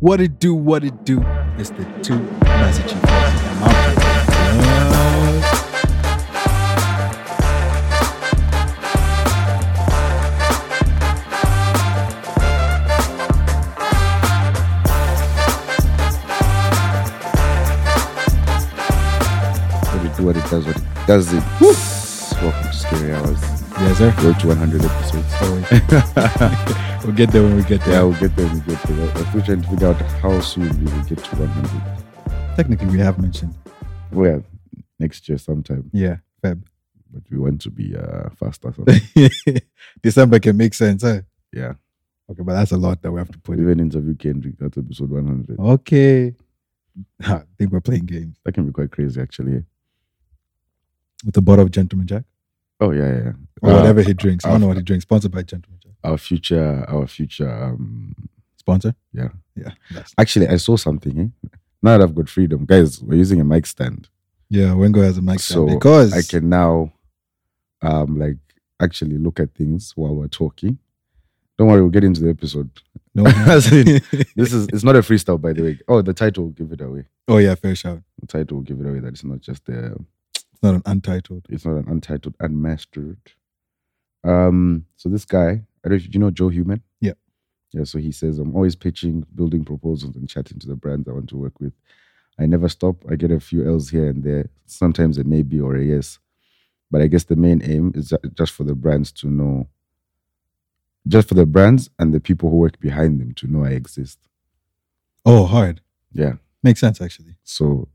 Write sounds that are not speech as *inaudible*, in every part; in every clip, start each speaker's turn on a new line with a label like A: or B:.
A: What it do, what it do. It's the two message you I'm out.
B: What it do, what it does, what it does it. Welcome to Scary Hours.
A: Yes, sir.
B: Road to 100 episodes.
A: We'll get there when we get
B: Yeah,
A: there.
B: we'll get there. We'll get there. If we're trying to figure out how soon we will get to 100.
A: Technically, we have mentioned.
B: Well, next year sometime.
A: Yeah, *laughs* Feb.
B: But we want to be uh, faster. Sometime.
A: December can make sense, huh?
B: *laughs* yeah.
A: Okay, but that's a lot that we have to put
B: We
A: in.
B: even interview Kendrick at episode 100.
A: Okay. I think we're playing games
B: That can be quite crazy, actually.
A: with a bottle of Gentleman Jack
B: Oh, yeah, yeah, yeah.
A: or
B: Uh,
A: whatever he drinks. I don't know what
B: I've-
A: he drinks. Sponsored by Gentleman Jack.
B: Our future, our future. Um,
A: Sponsor?
B: Yeah.
A: Yeah. that's-
B: actually, I saw something. Eh? Now that I've got freedom, guys, we're using a mic stand.
A: Yeah, Wengo has a mic
B: So,
A: stand because
B: I can now, um, like actually look at things while we're talking. Don't worry, we'll get into the episode.
A: no
B: As in, this is it's not a freestyle, by the way. Oh, the title will give it away.
A: *laughs* Oh yeah, fair shout.
B: The title will give it away that it's not just a,
A: It's not an untitled.
B: it's not an untitled, unmastered. Um, so this guy, I don't, do you know Joe Human?
A: Yeah.
B: Yeah. So he says, I'm always pitching, building proposals, and chatting to the brands I want to work with. I never stop. I get a few L's here and there. Sometimes a maybe or a yes. But I guess the main aim is ju- just for the brands to know, just for the brands and the people who work behind them to know I exist.
A: Oh, hard.
B: Yeah.
A: Makes sense actually.
B: So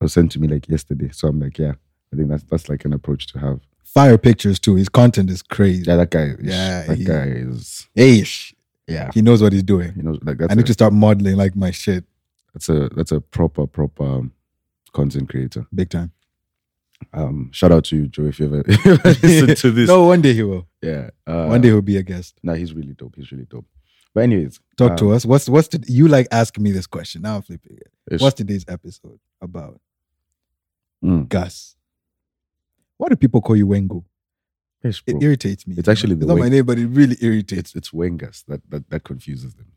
B: it was sent to me like yesterday. So I'm like, yeah, I think that's that's like an approach to have.
A: Fire pictures too. His content is crazy.
B: Yeah, that guy.
A: Yeah,
B: Yeah, that
A: he-
B: guy is.
A: Hey,
B: Yeah,
A: he knows what he's doing.
B: you know, like that's
A: I need
B: a,
A: to start modeling like my shit
B: that's a that's a proper proper um, content creator.
A: big time.
B: Um, shout out to you, Joe, if you ever *laughs*
A: *laughs*
B: if you ever listen to this.
A: No, one day he will.
B: Yeah, uh,
A: one day he'll be a guest.
B: No, he's really dope. He's really dope. But anyways,
A: Talk
B: um,
A: to us. What's what's the, you like asking me this question? Now I'm flipping it.
B: it's-
A: What's today's episode about?
B: Mm.
A: Gus. Why do people call you Wengo?
B: Yes,
A: It
B: bro.
A: irritates me.
B: It's actually the
A: it's not my
B: Weng-
A: name, but it really irritates.
B: it's it's Wengas that that that confuses them.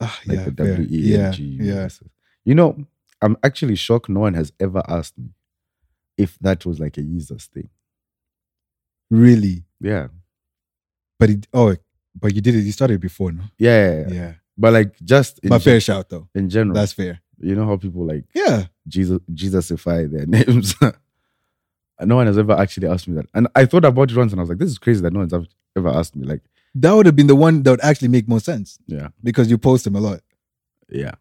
A: Ah,
B: Like
A: yeah,
B: the
A: fair.
B: W E N G
A: Yeah,
B: U
A: yeah.
B: S. You know, I'm actually shocked. No one has ever asked me if that was like a user's thing.
A: Really.
B: Yeah,
A: But it, oh, but you did it. You started before, no?
B: yeah, yeah. yeah.
A: Yeah.
B: But like just in,
A: But fair
B: gen-
A: shout though.
B: in general,
A: That's fair.
B: you know how people like
A: Yeah.
B: Jesus Jesusify their *laughs* names. no one has ever actually asked me that, and I thought about it once, and I was like, "This is crazy that no one's ev- ever asked me." Like,
A: That would have been the one that would actually make more sense
B: yeah,
A: because you post them a lot.
B: yeah,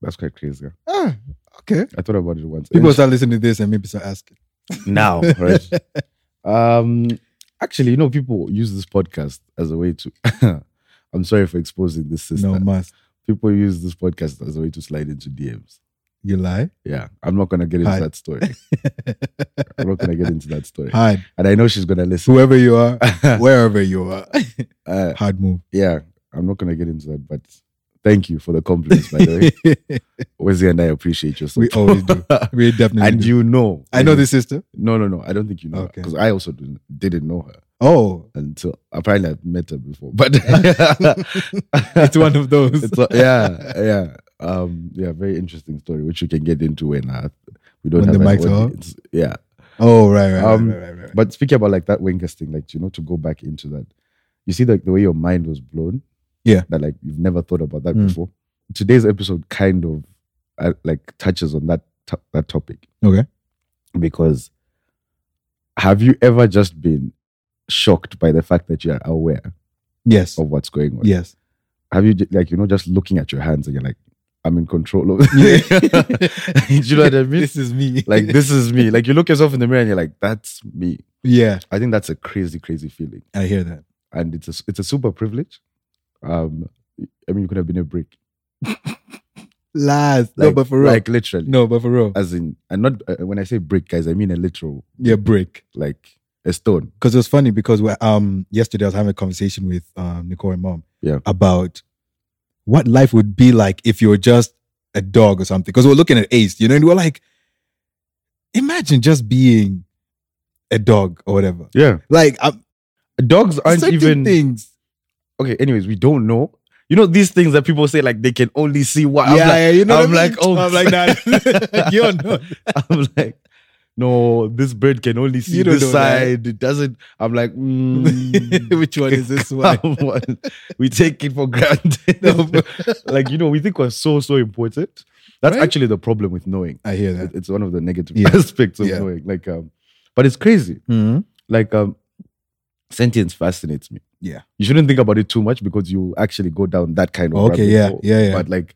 B: that's quite crazy.
A: Ah, okay.
B: I thought about it once.
A: People
B: And
A: start listening to this and maybe start asking.
B: now, *laughs* right? um, actually, you know, people use this podcast as a way to. *laughs* I'm sorry for exposing this sister.
A: No must.
B: people use this podcast as a way to slide into DMs.
A: You
B: *laughs*
A: lie.
B: Yeah, I'm not gonna get into
A: Hi.
B: that story. I'm not gonna get into that
A: *laughs*
B: story,
A: Hard.
B: and I know she's gonna listen. *laughs*
A: Whoever you are, wherever you are.
B: Uh,
A: Hard move.
B: yeah, I'm not gonna get into that, but thank you for the compliments, by the way. Wesley and I appreciate your
A: we
B: support.
A: always
B: *laughs*
A: do. *laughs* We definitely
B: and
A: do.
B: you know,
A: I know this sister.
B: No, no, no. I don't think you know
A: Okay.
B: because I also didn't, didn't know her
A: Oh,
B: until apparently I've met her before. But *laughs*
A: it's one of those.
B: It's a- yeah, yeah, um, yeah. Very interesting story, which you can get into when uh, we don't
A: When
B: have
A: the
B: an
A: mics are
B: audience. Yeah,
A: Oh, right, right,
B: Um,
A: right, right, right, right.
B: but speaking about like that Wenger thing, like you know, to go back into that, you see like the way your mind was blown.
A: Yeah.
B: that like you've never thought about that
A: Mm.
B: before. Today's episode kind of uh, like touches on that to- that topic
A: Okay.
B: because have you ever just been shocked by the fact that you are aware
A: Yes.
B: of what's going on? *laughs*
A: Yes. *laughs*
B: have you j- like you know just looking at your hands and you're like i'm in control of *laughs* you know what i mean
A: This is me.
B: like this is me like you look yourself in the mirror and you're like that's me
A: *laughs* Yeah,
B: i think that's a crazy crazy feeling
A: I hear that.
B: and it's a s- it's a super privilege um i mean you could have been a brick
A: Lies.
B: like,
A: no, but for real.
B: like literally
A: no, but for real.
B: as in and not uh, when i say brick guys i mean a literal
A: yeah, break.
B: like a stone
A: Because it was funny because we um yesterday I was having a conversation with um Nicole and mom
B: Yeah.
A: about what life would be like if you were just a dog or something. Because we we're looking at Ace, you know, and we we're like, imagine just being a dog or whatever.
B: yeah
A: Like, I'm,
B: dogs aren't
A: certain
B: even
A: things.
B: okay anyways we don't know You know these things that people say like they can only see what. I'm
A: yeah, *laughs*
B: like, *laughs*
A: yeah, you know.
B: I'm
A: what I mean?
B: like, oh.
A: I'm like, nah, *laughs* you're not.
B: *laughs* I'm like, no, this bird can only see
A: You don't
B: this
A: know that.
B: side. It doesn't. I'm
A: *laughs*
B: like, mm,
A: Which one is *laughs* this one?
B: *laughs* come on. we take it for granted.
A: *laughs*
B: like you know, we think we're so so important. That's
A: Right?
B: actually the problem with knowing.
A: I hear
B: It-
A: that.
B: It's one of the negative
A: Yeah.
B: *laughs* aspects of
A: Yeah.
B: knowing. Like, um, but it's crazy. Like, um, sentience fascinates me.
A: Yeah.
B: you shouldn't think about it too much because you'll actually go down that kind of.
A: Okay,
B: rabbit
A: yeah,
B: hole.
A: yeah, yeah.
B: But like,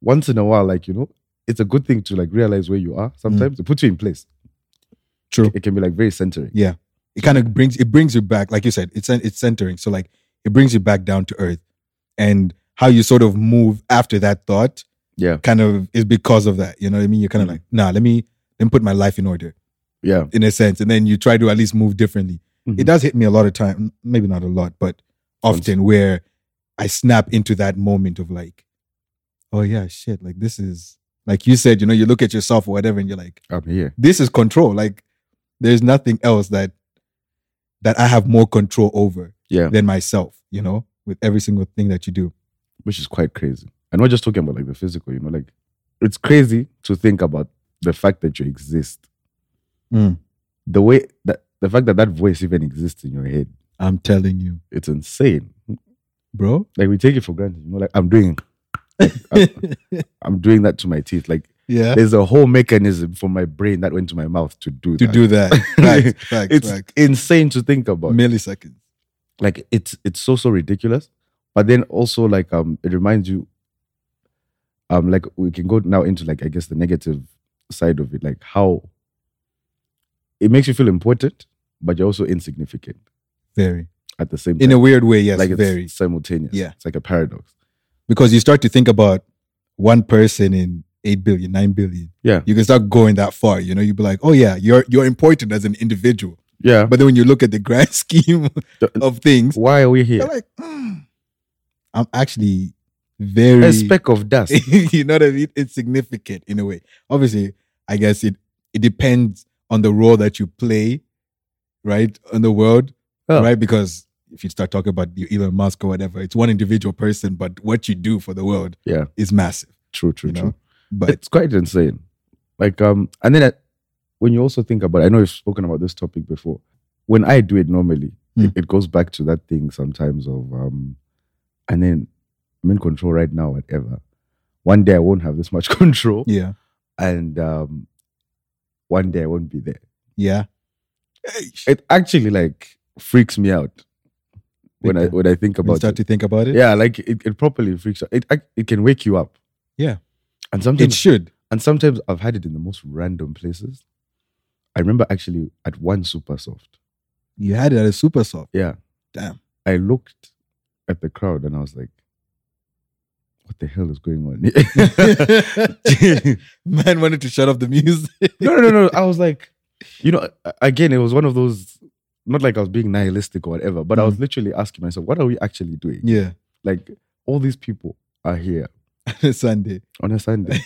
B: once in a while, like you know, it's a good thing to like realize where you are. Sometimes it puts you in place.
A: Mm. True.
B: It can be like very centering.
A: Yeah. It kind of brings it brings you back, like you said, it's cen- it's centering. So like it brings you back down to earth, and how you sort of move after that thought,
B: Yeah.
A: kind of is because of that. You know what I mean? You're kind of
B: Mhm.
A: like, nah, let me let me put my life in order
B: Yeah.
A: in a sense, and then you try to at least move differently.
B: Mhm.
A: It does hit me a lot of time, maybe not a lot, but often where I snap into that moment of like, oh yeah, shit, like this is like you said, you know, you look at yourself or whatever, and you're like
B: I'm here.
A: this is control. Like there's nothing else that that I have more control over
B: Yeah.
A: than myself, you know, with every single thing that you do.
B: Which is quite crazy. And we're just talking about like the physical, you know, like it's crazy to think about the fact that you exist.
A: Mm.
B: The way that the fact that that voice even exists in your head,
A: I'm telling you,
B: it's insane.
A: bro.
B: Like we take it for granted, you know, like I'm doing I'm, I'm doing that to my teeth. Like
A: *laughs* Yeah.
B: there's a whole mechanism for my brain that went to my mouth to do
A: To
B: that.
A: do that.
B: *laughs*
A: Facts, facts,
B: it's
A: facts.
B: insane to think about.
A: Milliseconds.
B: like it's it's so so ridiculous but then also like um it reminds you um like we can go now into like i guess the negative side of it like how it makes you feel important but you're also insignificant
A: Very.
B: at the same time
A: In a weird way, yes,
B: like it's
A: very.
B: simultaneous
A: Yeah.
B: it's like a paradox
A: Because you start to think about one person in 8 billion, 9 billion.
B: Yeah.
A: You can start going that far. You know, you'd be like, oh yeah, you're you're important as an individual.
B: yeah but
A: But then when you look at the grand *laughs* scheme of things,
B: why are we here
A: You're like, "Mm, I'm actually very,
B: a speck of dust
A: *laughs* you know what I mean? Insignificant in a way. Obviously, I guess it it depends on the role that you play, right, in the world,
B: Yeah.
A: right? Because if you start talking about your Elon Musk or whatever, it's one individual person, but what you do for the world
B: Yeah.
A: is massive,
B: true true *laughs*
A: you
B: true
A: know. But
B: it's quite insane like um and then I, when you also think about i know you've spoken about this topic before when i do it normally
A: Mm.
B: it, it goes back to that thing sometimes of um and then i'm in control right now whatever one day i won't have this much *laughs* control
A: yeah,
B: and um one day i won't be there
A: yeah,
B: it actually like freaks me out when i
A: Okay.
B: when i think
A: When you
B: about
A: start
B: it
A: to think about it.
B: yeah like it, it properly freaks out it ac- it can wake you up
A: Yeah.
B: and
A: it
B: sometimes
A: should.
B: and sometimes I've had it in the most random places. I remember actually at one Supersoft.
A: You had it at a super soft.
B: Yeah.
A: Damn.
B: I looked at the crowd and I was like, what the hell is going on? *laughs* here?"
A: *laughs* Man wanted to shut off the music.
B: no, no, no, no. I was like, you know, a- again, it was one of those, not like I was being nihilistic or whatever, but I was literally asking myself, what are we actually doing?
A: *laughs* Yeah,
B: Like, all these people are here
A: Sunday.
B: on a Sunday.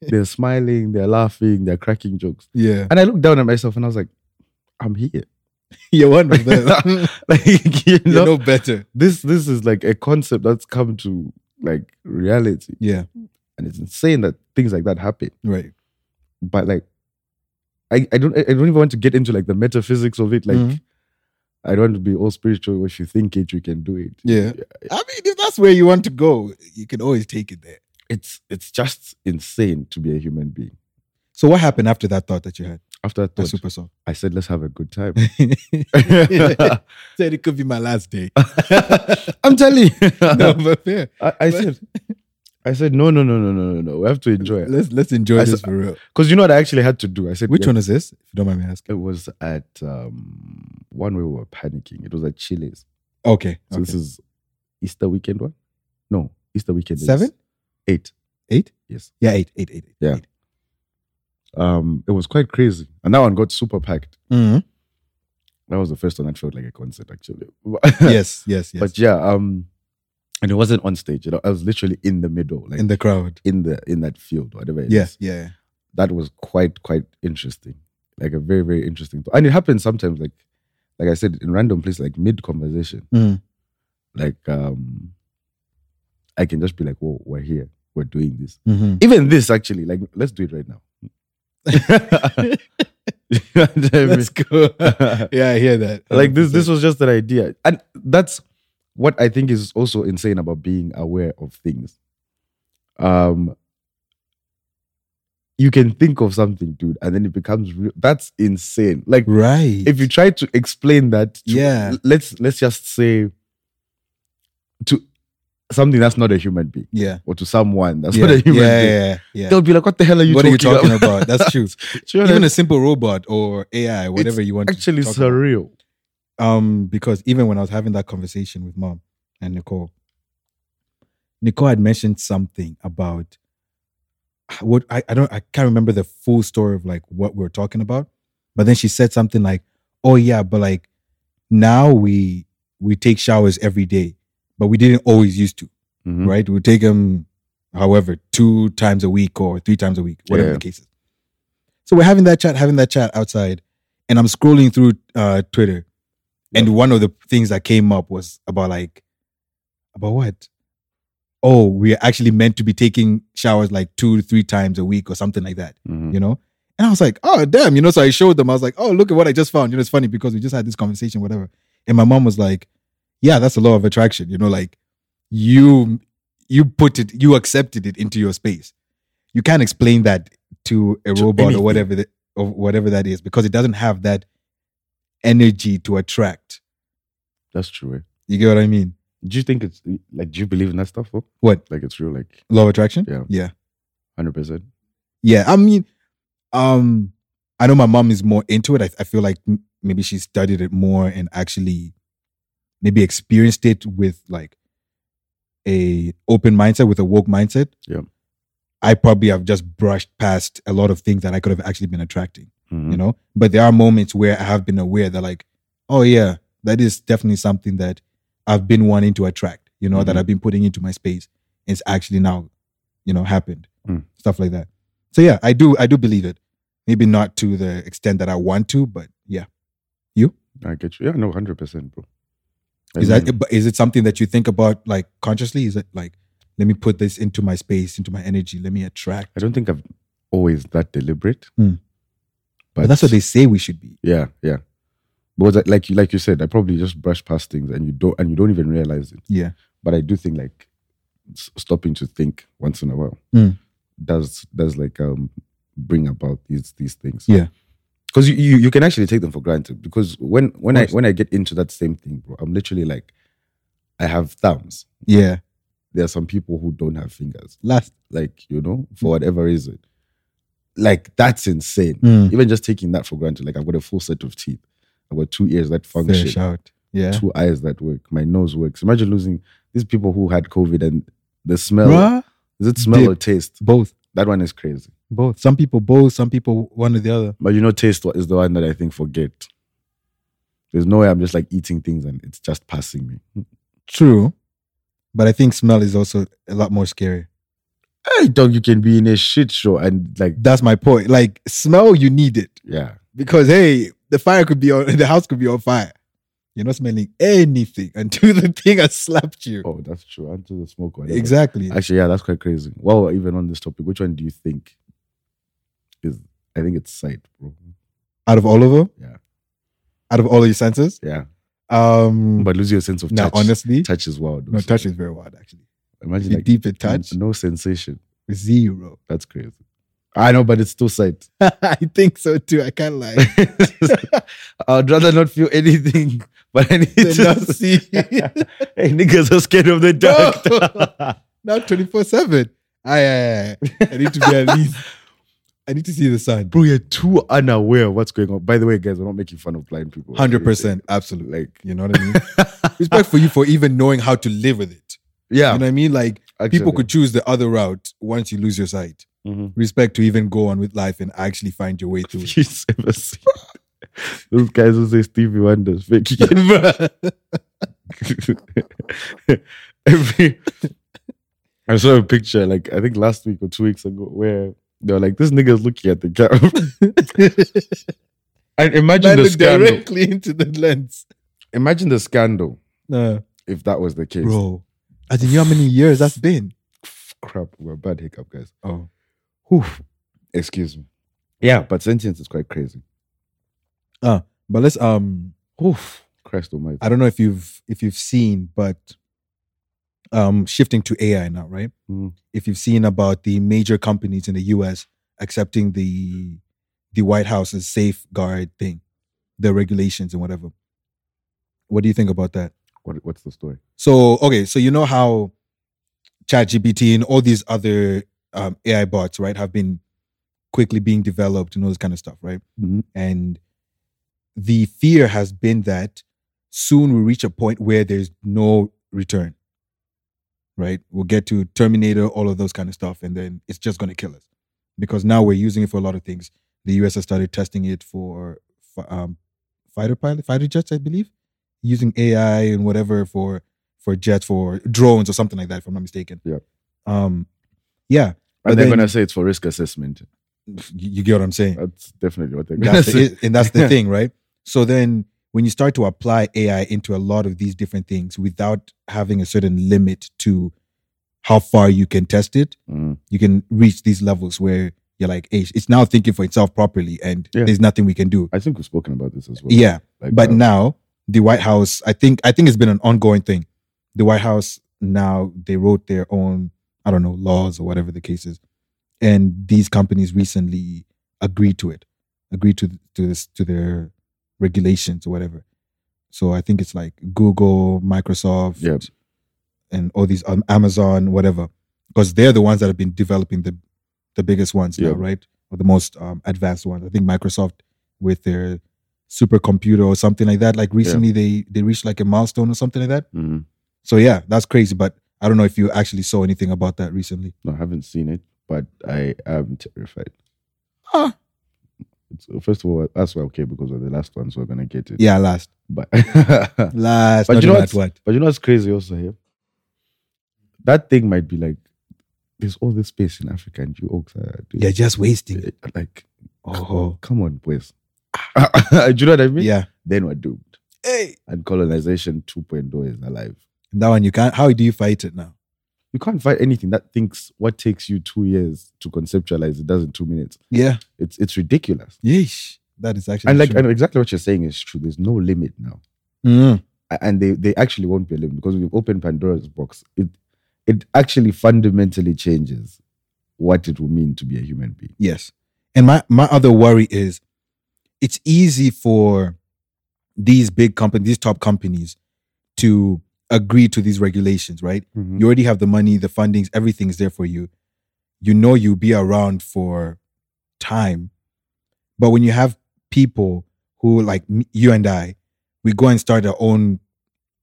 B: they're smiling, they're laughing, they're cracking jokes.
A: Yeah,
B: And I looked down at myself and I was like, I'm here.
A: *laughs*
B: *laughs*
A: you're one of *laughs* them.
B: like, you
A: you
B: know,
A: know better.
B: this this is like a concept that's come to like reality
A: Yeah,
B: and it's insane that things like that happen
A: right.
B: but like i, I don't i don't even want to get into like the metaphysics of it like
A: Mhm.
B: i don't want to be all spiritual if you think it you can do it
A: Yeah. I mean, if that's where you want to go, you can always take it there.
B: it's it's just insane to be a human being
A: So what happened after that thought that you had?
B: after i
A: That
B: thought
A: super song.
B: i said let's have a good time
A: *laughs* Said it could be my last *laughs* day.
B: i'm telling you
A: *laughs* no, but fair.
B: I, I said i said no no no no no no no we have to enjoy it
A: Let's let's enjoy
B: I
A: this
B: said-
A: for real.
B: because you know what i actually had to do i said
A: Which
B: yeah,
A: one is this? If you don't mind me asking.
B: It was at um, one where we were panicking. It was at Chile's.
A: Okay.
B: So
A: okay.
B: this is Easter weekend one? No, Easter weekend is
A: Seven?
B: eight.
A: Eight?
B: Yes.
A: Yeah, eight, eight, eight, eight.
B: Yeah. Um, it was quite crazy, and that one got super packed.
A: Mhm.
B: That was the first one that felt like a concert, actually. *laughs*
A: Yes, yes, yes.
B: But yeah, um, and it wasn't on stage. You know, I was literally in the middle, like
A: in
B: in,
A: the crowd.
B: the in that field, whatever. it is.
A: Yeah, yeah.
B: that was quite quite interesting, like a very very interesting. And it happens sometimes, like like I said, in random place, like mid conversation.
A: Mm.
B: like um I can just be like, "Whoa, we're here. We're doing this."
A: Mhm.
B: Even this, actually, like, let's do it right now. *laughs* You know what I mean?
A: Let's go. *laughs* yeah, I hear that.
B: *laughs* like this, this was just an idea, and that's what I think is also insane about being aware of things. Um, you can think of something, dude, and then it becomes real. That's insane. Like
A: right.
B: if you try to explain that to-
A: Yeah.
B: let's let's just say to something that's not a human being
A: yeah,
B: or to someone that's
A: yeah,
B: not a
A: yeah,
B: human being
A: yeah, yeah.
B: they'll be like what the hell are you
A: What are
B: talking,
A: you talking
B: *laughs* about,
A: about? That's true.
B: Do you know
A: Even
B: what
A: a simple robot or AI, whatever you
B: I
A: want.
B: mean?
A: to
B: actually
A: talk about.
B: surreal
A: um, because even when I was having that conversation with mom and Nicole, Nicole had mentioned something about what I, I don't I can't remember the full story of like what we were talking about, but then she said something like, "Oh yeah, but like now we we take showers every day, but we didn't always used to,
B: Mhm.
A: right? We take them, however, two times a week or three times a week, whatever
B: Yeah.
A: the case is." So we're having that chat, having that chat outside, and I'm scrolling through uh, Twitter, and one of the things that came up was about like, about what? Oh, we're actually meant to be taking showers like two, three times a week or something like that,
B: Mhm.
A: you know? And I was like, oh, damn, you know? So I showed them, I was like, oh, look at what I just found. You know, it's funny because we just had this conversation, whatever. And my mom was like, yeah, that's a law of attraction, you know, like you, you put it, you accepted it into your space. You can't explain that to a
B: To
A: robot
B: anything.
A: or whatever, the, or whatever that is, because it doesn't have that energy to attract.
B: that's true eh?
A: You get what I mean?
B: do you think it's like do you believe in that stuff though?
A: What?
B: like it's real like
A: Law of attraction?
B: Yeah.
A: Yeah.
B: 100%
A: Yeah. I mean, um, I know my mom is more into it. I, I feel like m- maybe she studied it more and actually maybe experienced it with like a open mindset, with a woke mindset.
B: Yeah.
A: I probably have just brushed past a lot of things that I could have actually been attracting,
B: Mhm.
A: you know? But there are moments where I have been aware that like, oh yeah, that is definitely something that I've been wanting to attract, you know, that
B: Mhm.
A: I've been putting into my space. It's actually now, you know, happened.
B: Mm.
A: Stuff like that. So yeah, I do I do believe it. Maybe not to the extent that I want to, but yeah.
B: I get you yeah no 100% bro I
A: Is
B: mean,
A: that but is it something that you think about like consciously? Is it like let me put this into my space, into my energy, let me attract?
B: I don't think I've always that deliberate
A: Mm. But that's what they say we should be.
B: Yeah, yeah. Because I- like you like you said, I probably just brush past things and you don't and you don't even realize it.
A: Yeah.
B: But I do think like s- stopping to think once in a while
A: Mm.
B: does does like um bring about these these things.
A: Yeah.
B: Because you, you you can actually take them for granted. Because when when I
A: course.
B: when I get into that same thing, bro, I'm literally like, I have thumbs.
A: Yeah.
B: There are some people who don't have fingers.
A: Last Hmm.
B: Like you know, for whatever reason, like that's insane
A: Mm.
B: even just taking that for granted like i've got a full set of teeth i've got two ears that
A: fair
B: function
A: shout. Yeah.
B: two eyes that work my nose works imagine losing these people who had covid and the smell
A: Bruh,
B: is it smell or
A: Dip.
B: taste
A: both.
B: that one is crazy
A: Both. Some people both, some people one or the other.
B: but you know taste is the one that i think forget there's no way i'm just like eating things and it's just passing me
A: True. But I think smell is also a lot more scary.
B: hey dog you can be in a shit show and like
A: That's my point. Like smell, you need it
B: yeah
A: because hey, the fire could be on, *laughs* the house could be on fire. You're not smelling anything *laughs* until the thing has slapped you.
B: oh that's true until the smoke or whatever.
A: exactly.
B: actually yeah that's quite crazy well even on this topic which one do you think is i think it's sight bro
A: Out of all of them,
B: Yeah.
A: Out of all of your senses,
B: yeah
A: um,
B: but lose your sense of
A: now
B: touch.
A: honestly,
B: touch is wild.
A: no
B: also.
A: touch is very wild. Actually, if
B: Imagine
A: you
B: like
A: deep in touch,
B: no sensation.
A: zero. *laughs*
B: That's crazy. I know, but it's still sight.
A: I think so too. I can't *laughs* lie.
B: *laughs* I'd rather not feel anything, *laughs* but I need
A: Then
B: to *laughs*
A: not see.
B: hey, niggas are scared of the dark.
A: *laughs* now twenty four seven. Ah, I I need to be at least. I need to see the sun.
B: Bro, you're too unaware of what's going on. By the way, guys, we're not making fun of blind people.
A: Hundred percent, absolutely.
B: Like,
A: You know what
B: *laughs*
A: I mean? Respect for you for even knowing how to live with it.
B: yeah,
A: You know what I mean? Like people
B: actually.
A: could choose the other route once you lose your sight.
B: Mhm.
A: Respect to even go on with life and actually find your way through.
B: You've ever seen those guys who say Stevie Wonder's fake.
A: *laughs*
B: *laughs* Every, I saw a picture like I think last week or two weeks ago where they were like, "This nigga's looking at the camera." *laughs*
A: it.
B: and *laughs* imagine
A: Man
B: the
A: look
B: scandal.
A: directly into the lens.
B: Imagine the scandal
A: No,
B: if that was the case.
A: bro, I didn't know how many years that's been.
B: Crap, we're a bad hiccup, guys.
A: Oh,
B: Whew. Excuse me. Yeah, but sentience is quite crazy.
A: but let's um. Oof.
B: Christ almighty.
A: I don't know if you've if you've seen, but um, shifting to AI now, right?
B: Mm.
A: If you've seen about the major companies in the U.S. accepting the the White House's safeguard thing, the regulations and whatever. What do you think about that?
B: What, what's the story?
A: So okay, so you know how ChatGPT and all these other um, AI bots, right, have been quickly being developed and all this kind of stuff, right?
B: Mhm.
A: And the fear has been that soon we reach a point where there's no return, right? We'll get to Terminator, all of those kind of stuff, and then it's just going to kill us because now we're using it for a lot of things. The US has started testing it for fi- um, fighter pilot, fighter jets, I believe, using AI and whatever for for jets, for drones or something like that, if I'm not mistaken.
B: Yeah.
A: Um, yeah, But
C: And they're
A: then-
C: gonna say it's for risk assessment.
A: you, you get what I'm saying.
B: *laughs* That's
A: *laughs*
B: definitely what they're
A: And
B: going to
A: that's,
B: say.
A: the, and that's the thing, right? So then when you start to apply AI into a lot of these different things without having a certain limit to how far you can test it,
B: Mm.
A: you can reach these levels where you're like, hey, it's now thinking for itself properly and
B: Yeah.
A: there's nothing we can do.
B: I think we've spoken about this as well.
A: Yeah.
B: Like,
A: But
B: uh,
A: now the White House, I think, I think it's been an ongoing thing. The White House now they wrote their own, I don't know, laws or whatever the case is, and these companies recently agreed to it, agreed to to this to their regulations or whatever. So I think it's like Google, Microsoft,
B: Yeah.
A: and all these um, Amazon, whatever, because they're the ones that have been developing the the biggest ones now,
B: Yeah.
A: right? Or the most um, advanced ones. I think Microsoft with their supercomputer or something like that. Like recently, they they reached like a milestone or something like that.
B: mm,
A: So yeah, that's crazy. But I don't know if you actually saw anything about that recently.
B: no, I haven't seen it, but I am terrified.
A: Ah.
B: It's, uh, first of all, that's why okay because we're the last ones who are going to get it.
A: Yeah, last,
B: But *laughs* but
A: last,
B: But
A: not
B: you know
A: even
B: what's-
A: at what?
B: you know what's crazy also here? That thing might be like, there's all this space in Africa and you oaks are doing
A: Yeah, just wasting.
B: it. Like,
A: Oh,
B: come on, boys. *laughs* Do you know what I mean?
A: yeah.
B: Then we're doomed.
A: Hey,
B: And colonization 2.0 is alive.
A: that one you can't. How do you fight it now?
B: You can't fight anything that thinks what takes you two years to conceptualize, it does in two minutes.
A: Yeah,
B: It's it's ridiculous.
A: yeesh. That is actually
B: And like
A: true.
B: and exactly what you're saying is true. There's no limit now.
A: Mm.
B: A- And they, they actually won't be a limit because we've opened Pandora's box. It it actually fundamentally changes what it will mean to be a human being.
A: Yes. And my, my other worry is it's easy for these big companies, these top companies to agree to these regulations, right?
B: Mm-hmm.
A: You already have the money, the fundings, everything's there for you. You know you'll be around for time. But when you have people who, like me- you and I, we go and start our own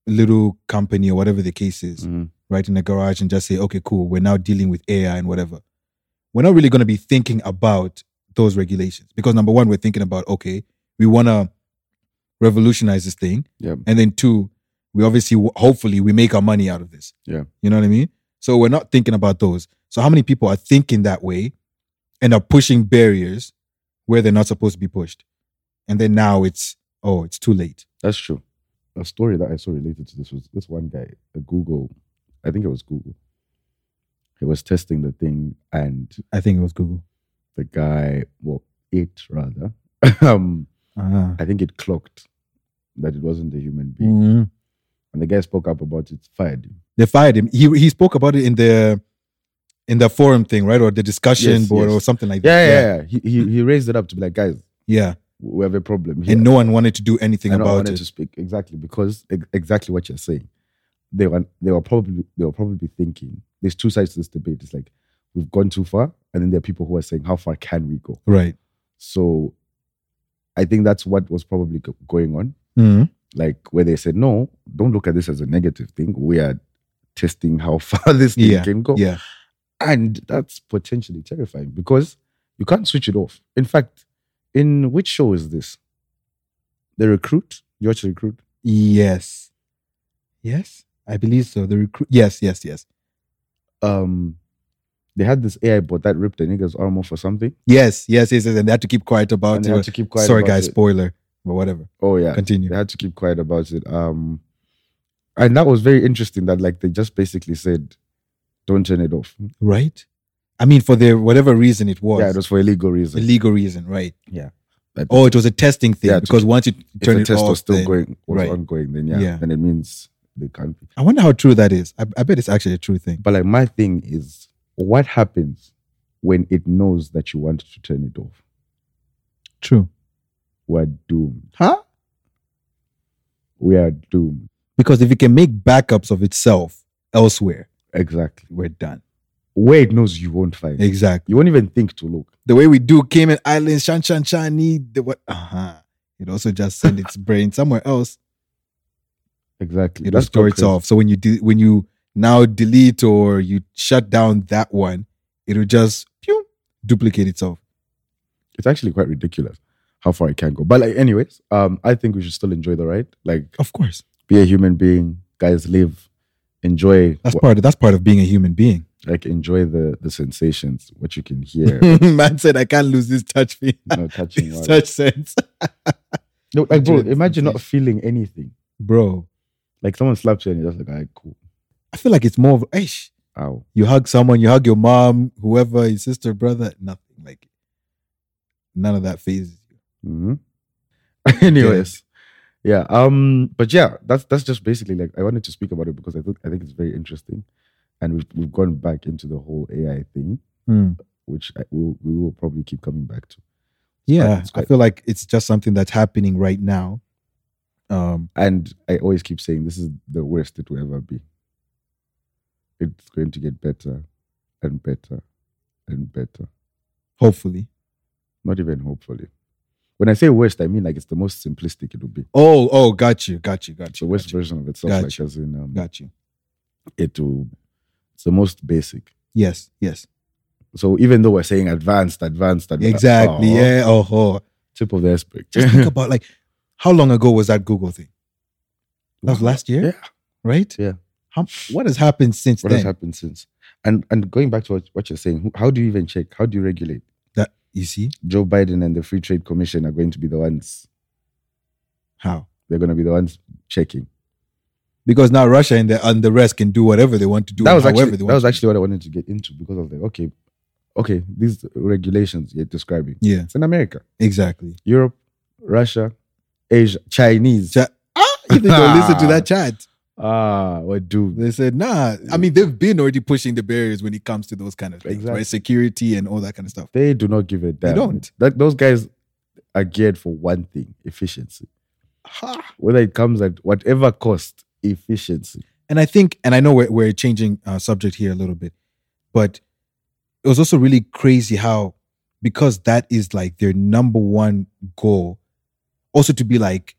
A: little company or whatever the case is,
B: Mhm.
A: right, in the garage and just say, okay, cool, we're now dealing with AI and whatever. We're not really going to be thinking about those regulations because number one, we're thinking about, okay, we want to revolutionize this thing.
B: Yeah.
A: And then two, we obviously, hopefully, we make our money out of this.
B: Yeah.
A: You know what I mean? So we're not thinking about those. So how many people are thinking that way and are pushing barriers where they're not supposed to be pushed? And then now it's, oh, it's too late.
B: That's true. A story that I saw related to this was this one guy, a Google, I think it was Google. He was testing the thing and
A: I think it was Google.
B: the guy, well, it rather, *laughs* um,
A: Ah.
B: I think it clocked that it wasn't a human being.
A: Mhm.
B: And the guy spoke up about it, fired him.
A: They fired him. He he spoke about it in the in the forum thing, right? Or the discussion
B: Yes,
A: board
B: yes.
A: or something like
B: Yeah,
A: that.
B: yeah, yeah. He, he, he raised it up to be like, guys,
A: Yeah.
B: we have a problem here.
A: And no one wanted to do anything
B: I don't
A: about
B: wanted
A: it.
B: to speak exactly because ex- exactly what you're saying. They were they were probably they were probably thinking there's two sides to this debate. It's like we've gone too far, and then there are people who are saying how far can we go?
A: Right.
B: So I think that's what was probably go- going on.
A: Mhm.
B: like where they said, no, don't look at this as a negative thing. We are testing how *laughs* far this thing
A: Yeah,
B: can go.
A: Yeah.
B: And that's potentially terrifying because you can't switch it off. In fact, in which show is this? The recruit? You watch the recruit?
A: Yes. Yes. I believe so. The recruit. Yes. Yes. Yes.
B: Um they had this AI bot that ripped the nigga's arm off or something.
A: Yes. Yes. Yes. yes. And they had to keep quiet about
B: And they had
A: it.
B: to keep quiet
A: Oh, Sorry,
B: about
A: guys.
B: it.
A: Spoiler. But whatever.
B: Oh yeah.
A: Continue.
B: They had to keep quiet about it. Um and that was very interesting that like they just basically said, don't turn it off.
A: right? I mean, for the whatever reason it was,
B: Yeah, it was for illegal
A: the
B: reason.
A: legal reason, right?
B: Yeah. But
A: Oh, it was a testing thing
B: Yeah, to-
A: because once you
B: if
A: turn
B: the
A: it
B: test
A: off,
B: was still
A: then-
B: going was
A: right.
B: ongoing, then yeah,
A: Yeah.
B: then it means they can't be.
A: I wonder how true that is. I, I bet it's actually a true thing.
B: But like my thing is, what happens when it knows that you want to turn it off?
A: True,
B: We're doomed.
A: huh?
B: We are doomed.
A: Because if it can make backups of itself elsewhere,
B: Exactly.
A: we're done.
B: Where it knows you won't find. it.
A: Exactly.
B: You won't even think to look.
A: The way we do Cayman Islands, Shan Shan Shani, the what? Uh huh. It also just send *laughs* its brain somewhere else.
B: Exactly.
A: It will
B: so
A: store
B: crazy.
A: itself. So when you de- when you now delete or you shut down that one, it'll just pew, duplicate itself.
B: It's actually quite ridiculous how far it can go. But like, anyways, um, I think we should still enjoy the ride. Like,
A: Of course,
B: be a human being, guys. Live, enjoy.
A: that's
B: what-
A: part of that's part of being a human being.
B: like, enjoy the the sensations, what you can
A: *laughs*
B: hear.
A: Man said, "I can't lose this touch feeling."
B: no
A: *laughs*
B: touching.
A: It's
B: water.
A: Such sense,
B: No, like, bro,
A: Enjoy the
B: imagine not feeling anything.
A: bro.
B: Like someone slaps you and you're just like, all right, cool.
A: I feel like it's more of Eish.
B: Ow.
A: You hug someone, you hug your mom, whoever, your sister, brother, nothing like none of that phases you.
B: hmm Anyways, Mm-hmm. yeah. Um, but yeah, that's that's just basically like I wanted to speak about it because I think I think it's very interesting, and we've we've gone back into the whole AI thing,
A: Hmm.
B: which I, we'll, we will probably keep coming back to.
A: Yeah,
B: it's
A: I
B: quite-
A: feel like it's just something that's happening right now. Um,
B: And I always keep saying this is the worst it will ever be. It's going to get better, and better, and better.
A: hopefully.
B: Not even hopefully. When I say worst, I mean like it's the most simplistic it will be.
A: Oh, oh, got you, got you, got
B: It's the
A: you,
B: worst
A: got you,
B: version of itself,
A: Got
B: like
A: you.
B: as in um,
A: got you.
B: it will. It's the most basic.
A: Yes, yes,
B: So even though we're saying advanced, advanced, advanced,
A: exactly.
B: oh,
A: Yeah, oh, oh.
B: tip of the iceberg.
A: Just
B: *laughs*
A: think about like how long ago was that Google thing? That was
B: Wow.
A: last year,
B: Yeah.
A: right?
B: Yeah.
A: How, what has happened since
B: What
A: then?
B: has happened since? And and going back to what, what you're saying, who- how do you even check? How do you regulate?
A: That you see
B: Joe Biden and the Free Trade Commission are going to be the ones.
A: how
B: They're going to be the ones checking.
A: because now Russia and the and the rest can do whatever they want to do.
B: that
A: and
B: was
A: however
B: actually
A: they
B: that
A: want
B: was
A: to do.
B: actually what I wanted to get into because I was like, okay, okay, these regulations you're describing.
A: yeah,
B: It's in America,
A: *laughs* exactly.
B: Europe, Russia, Asia, Chinese.
A: Chi- ah, you think they'll listen to that chat?
B: ah, what do?
A: They said, nah. I mean, they've been already pushing the barriers when it comes to those kind of things,
B: Exactly.
A: right? Security and all that kind of stuff.
B: They do not give a damn.
A: don't.
B: That those guys are geared for one thing: efficiency.
A: Ha!
B: whether it comes at whatever cost, efficiency.
A: and I think, and I know we're, we're changing uh, subject here a little bit, but it was also really crazy how, because that is like their number one goal, also to be like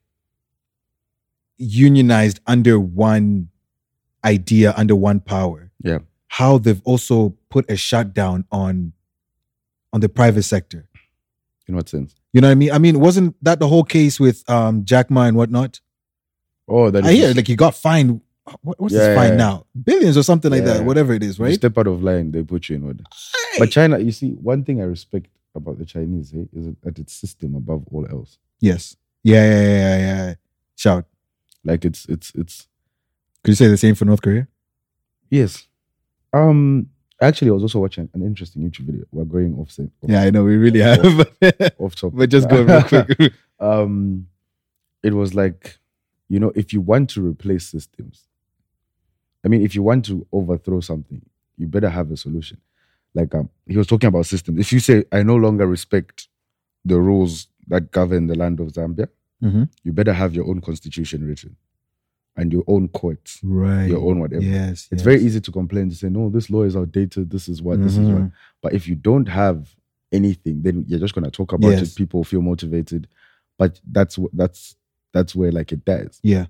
A: unionized under one idea, under one power.
B: Yeah.
A: How they've also put a shutdown on on the private sector.
B: In what sense?
A: You know what I mean? I mean, wasn't that the whole case with um, Jack Ma and whatnot?
B: Oh, that
A: I
B: is
A: hear like he got fined. What, what's
B: Yeah,
A: his fine
B: yeah,
A: now? Billions or something like that.
B: Yeah.
A: Whatever it is,
B: you
A: right?
B: step out of line, they put you in order.
A: Hey!
B: But China, you see, one thing I respect about the Chinese eh, is that it's system above all else.
A: yes. Yeah, yeah, yeah, yeah, yeah. Shout.
B: Like it's it's it's
A: Could you say the same for North Korea?
B: yes. Um, actually, I was also watching an interesting YouTube video. We're going off set. Off,
A: Yeah, I know we really have,
B: off top.
A: but *laughs* just go
B: *laughs*
A: real quick.
B: um, it was like, you know, if you want to replace systems, I mean, if you want to overthrow something, you better have a solution. Like um, he was talking about systems. If you say, I no longer respect the rules that govern the land of Zambia,
A: Mhm.
B: you better have your own constitution written and your own courts,
A: right.
B: your own whatever.
A: Yes. yes.
B: It's very easy to complain to say, no, this law is outdated, this is what, this is what.
A: Mhm.
B: But if you don't have anything, then you're just gonna talk about
A: Yes.
B: it. People feel motivated, but that's wh- that's that's where like it dies.
A: Yeah.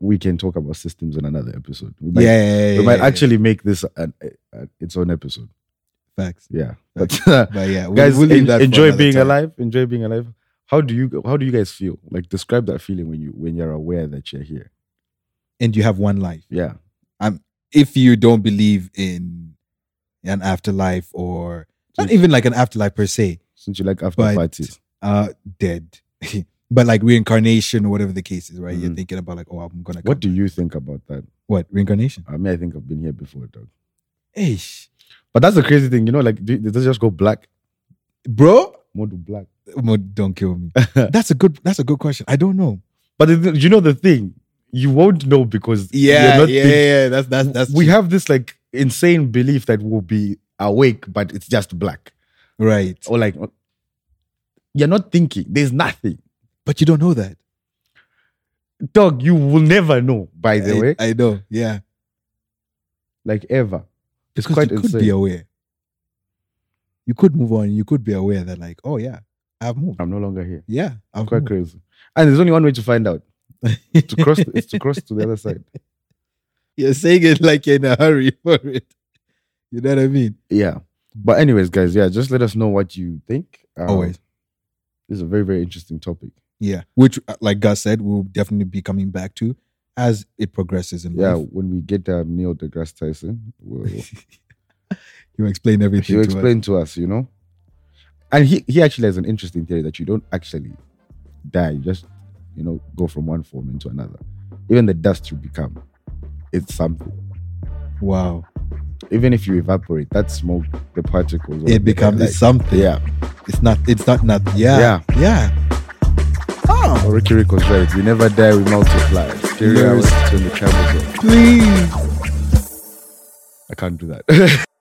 B: We can talk about systems in another episode. We
A: Yeah,
B: might,
A: yeah, yeah,
B: we might
A: yeah,
B: actually make this an, an, its own episode.
A: yeah. facts.
B: Yeah, but uh,
A: But yeah, we,
B: guys,
A: we'll leave
B: en-
A: that for
B: enjoy
A: another
B: being
A: time.
B: alive. Enjoy being alive. How do you how do you guys feel? Like describe that feeling when you when you're aware that you're here.
A: And you have one life.
B: Yeah,
A: If you don't believe in an afterlife or not
B: Just-
A: even like an afterlife per se,
B: since you like after
A: But-
B: parties,
A: uh dead *laughs* but like reincarnation or whatever the case is, right? You're thinking about like, oh, I'm gonna.
B: Mm-hmm. What
A: come
B: do
A: back.
B: you think about that?
A: What reincarnation?
B: I mean, I think I've been here before, dog.
A: Eish.
B: But that's the crazy thing, you know. Like, do, does it just go black?
A: bro.
B: More do black.
A: Mo, Don't kill
B: *laughs*
A: me. that's a good. That's a good question. I don't know.
B: But the, you know the thing, you won't know because you're not thinking-
A: yeah. That's that's that's
B: we have this like insane belief that we'll be awake, but it's just black.
A: right.
B: Or like you're not thinking. There's nothing.
A: But you don't know that.
B: Dog, you will never know, by the
A: I,
B: way.
A: I know. Yeah,
B: like ever. It's
A: because
B: quite
A: you could
B: insane.
A: be aware. You could move on. You could be aware that like, oh yeah, I've moved.
B: I'm no longer here.
A: Yeah, I've
B: It's quite
A: moved.
B: crazy. And there's only one way to find out. To cross *laughs* it's to cross to the other side.
A: *laughs* You're saying it like you're in a hurry *laughs* for it. You know what I mean?
B: Yeah. But anyways, guys, yeah, just let us know what you think. Um,
A: Always.
B: This is a very, very interesting topic.
A: Yeah. Which, uh, like Gus said, we'll definitely be coming back to as it progresses in
B: Yeah,
A: life.
B: when we get um, Neil deGrasse Tyson, we'll
A: You explain everything.
B: She'll
A: to us.
B: explain to us, you know. And he, he actually has an interesting theory that you don't actually die, you just, you know, go from one form into another. Even the dust you become, it's something.
A: Wow.
B: Even if you evaporate, that smoke, the particles, or
A: It becomes
B: like,
A: it's something.
B: yeah.
A: It's not. It's not. Not. Yeah. Yeah. Yeah. Oh,
B: Or Ricky Rico's right. We never die, we multiply. Theory
A: Yes.
B: hours to the camera.
A: please.
B: I can't do that. *laughs*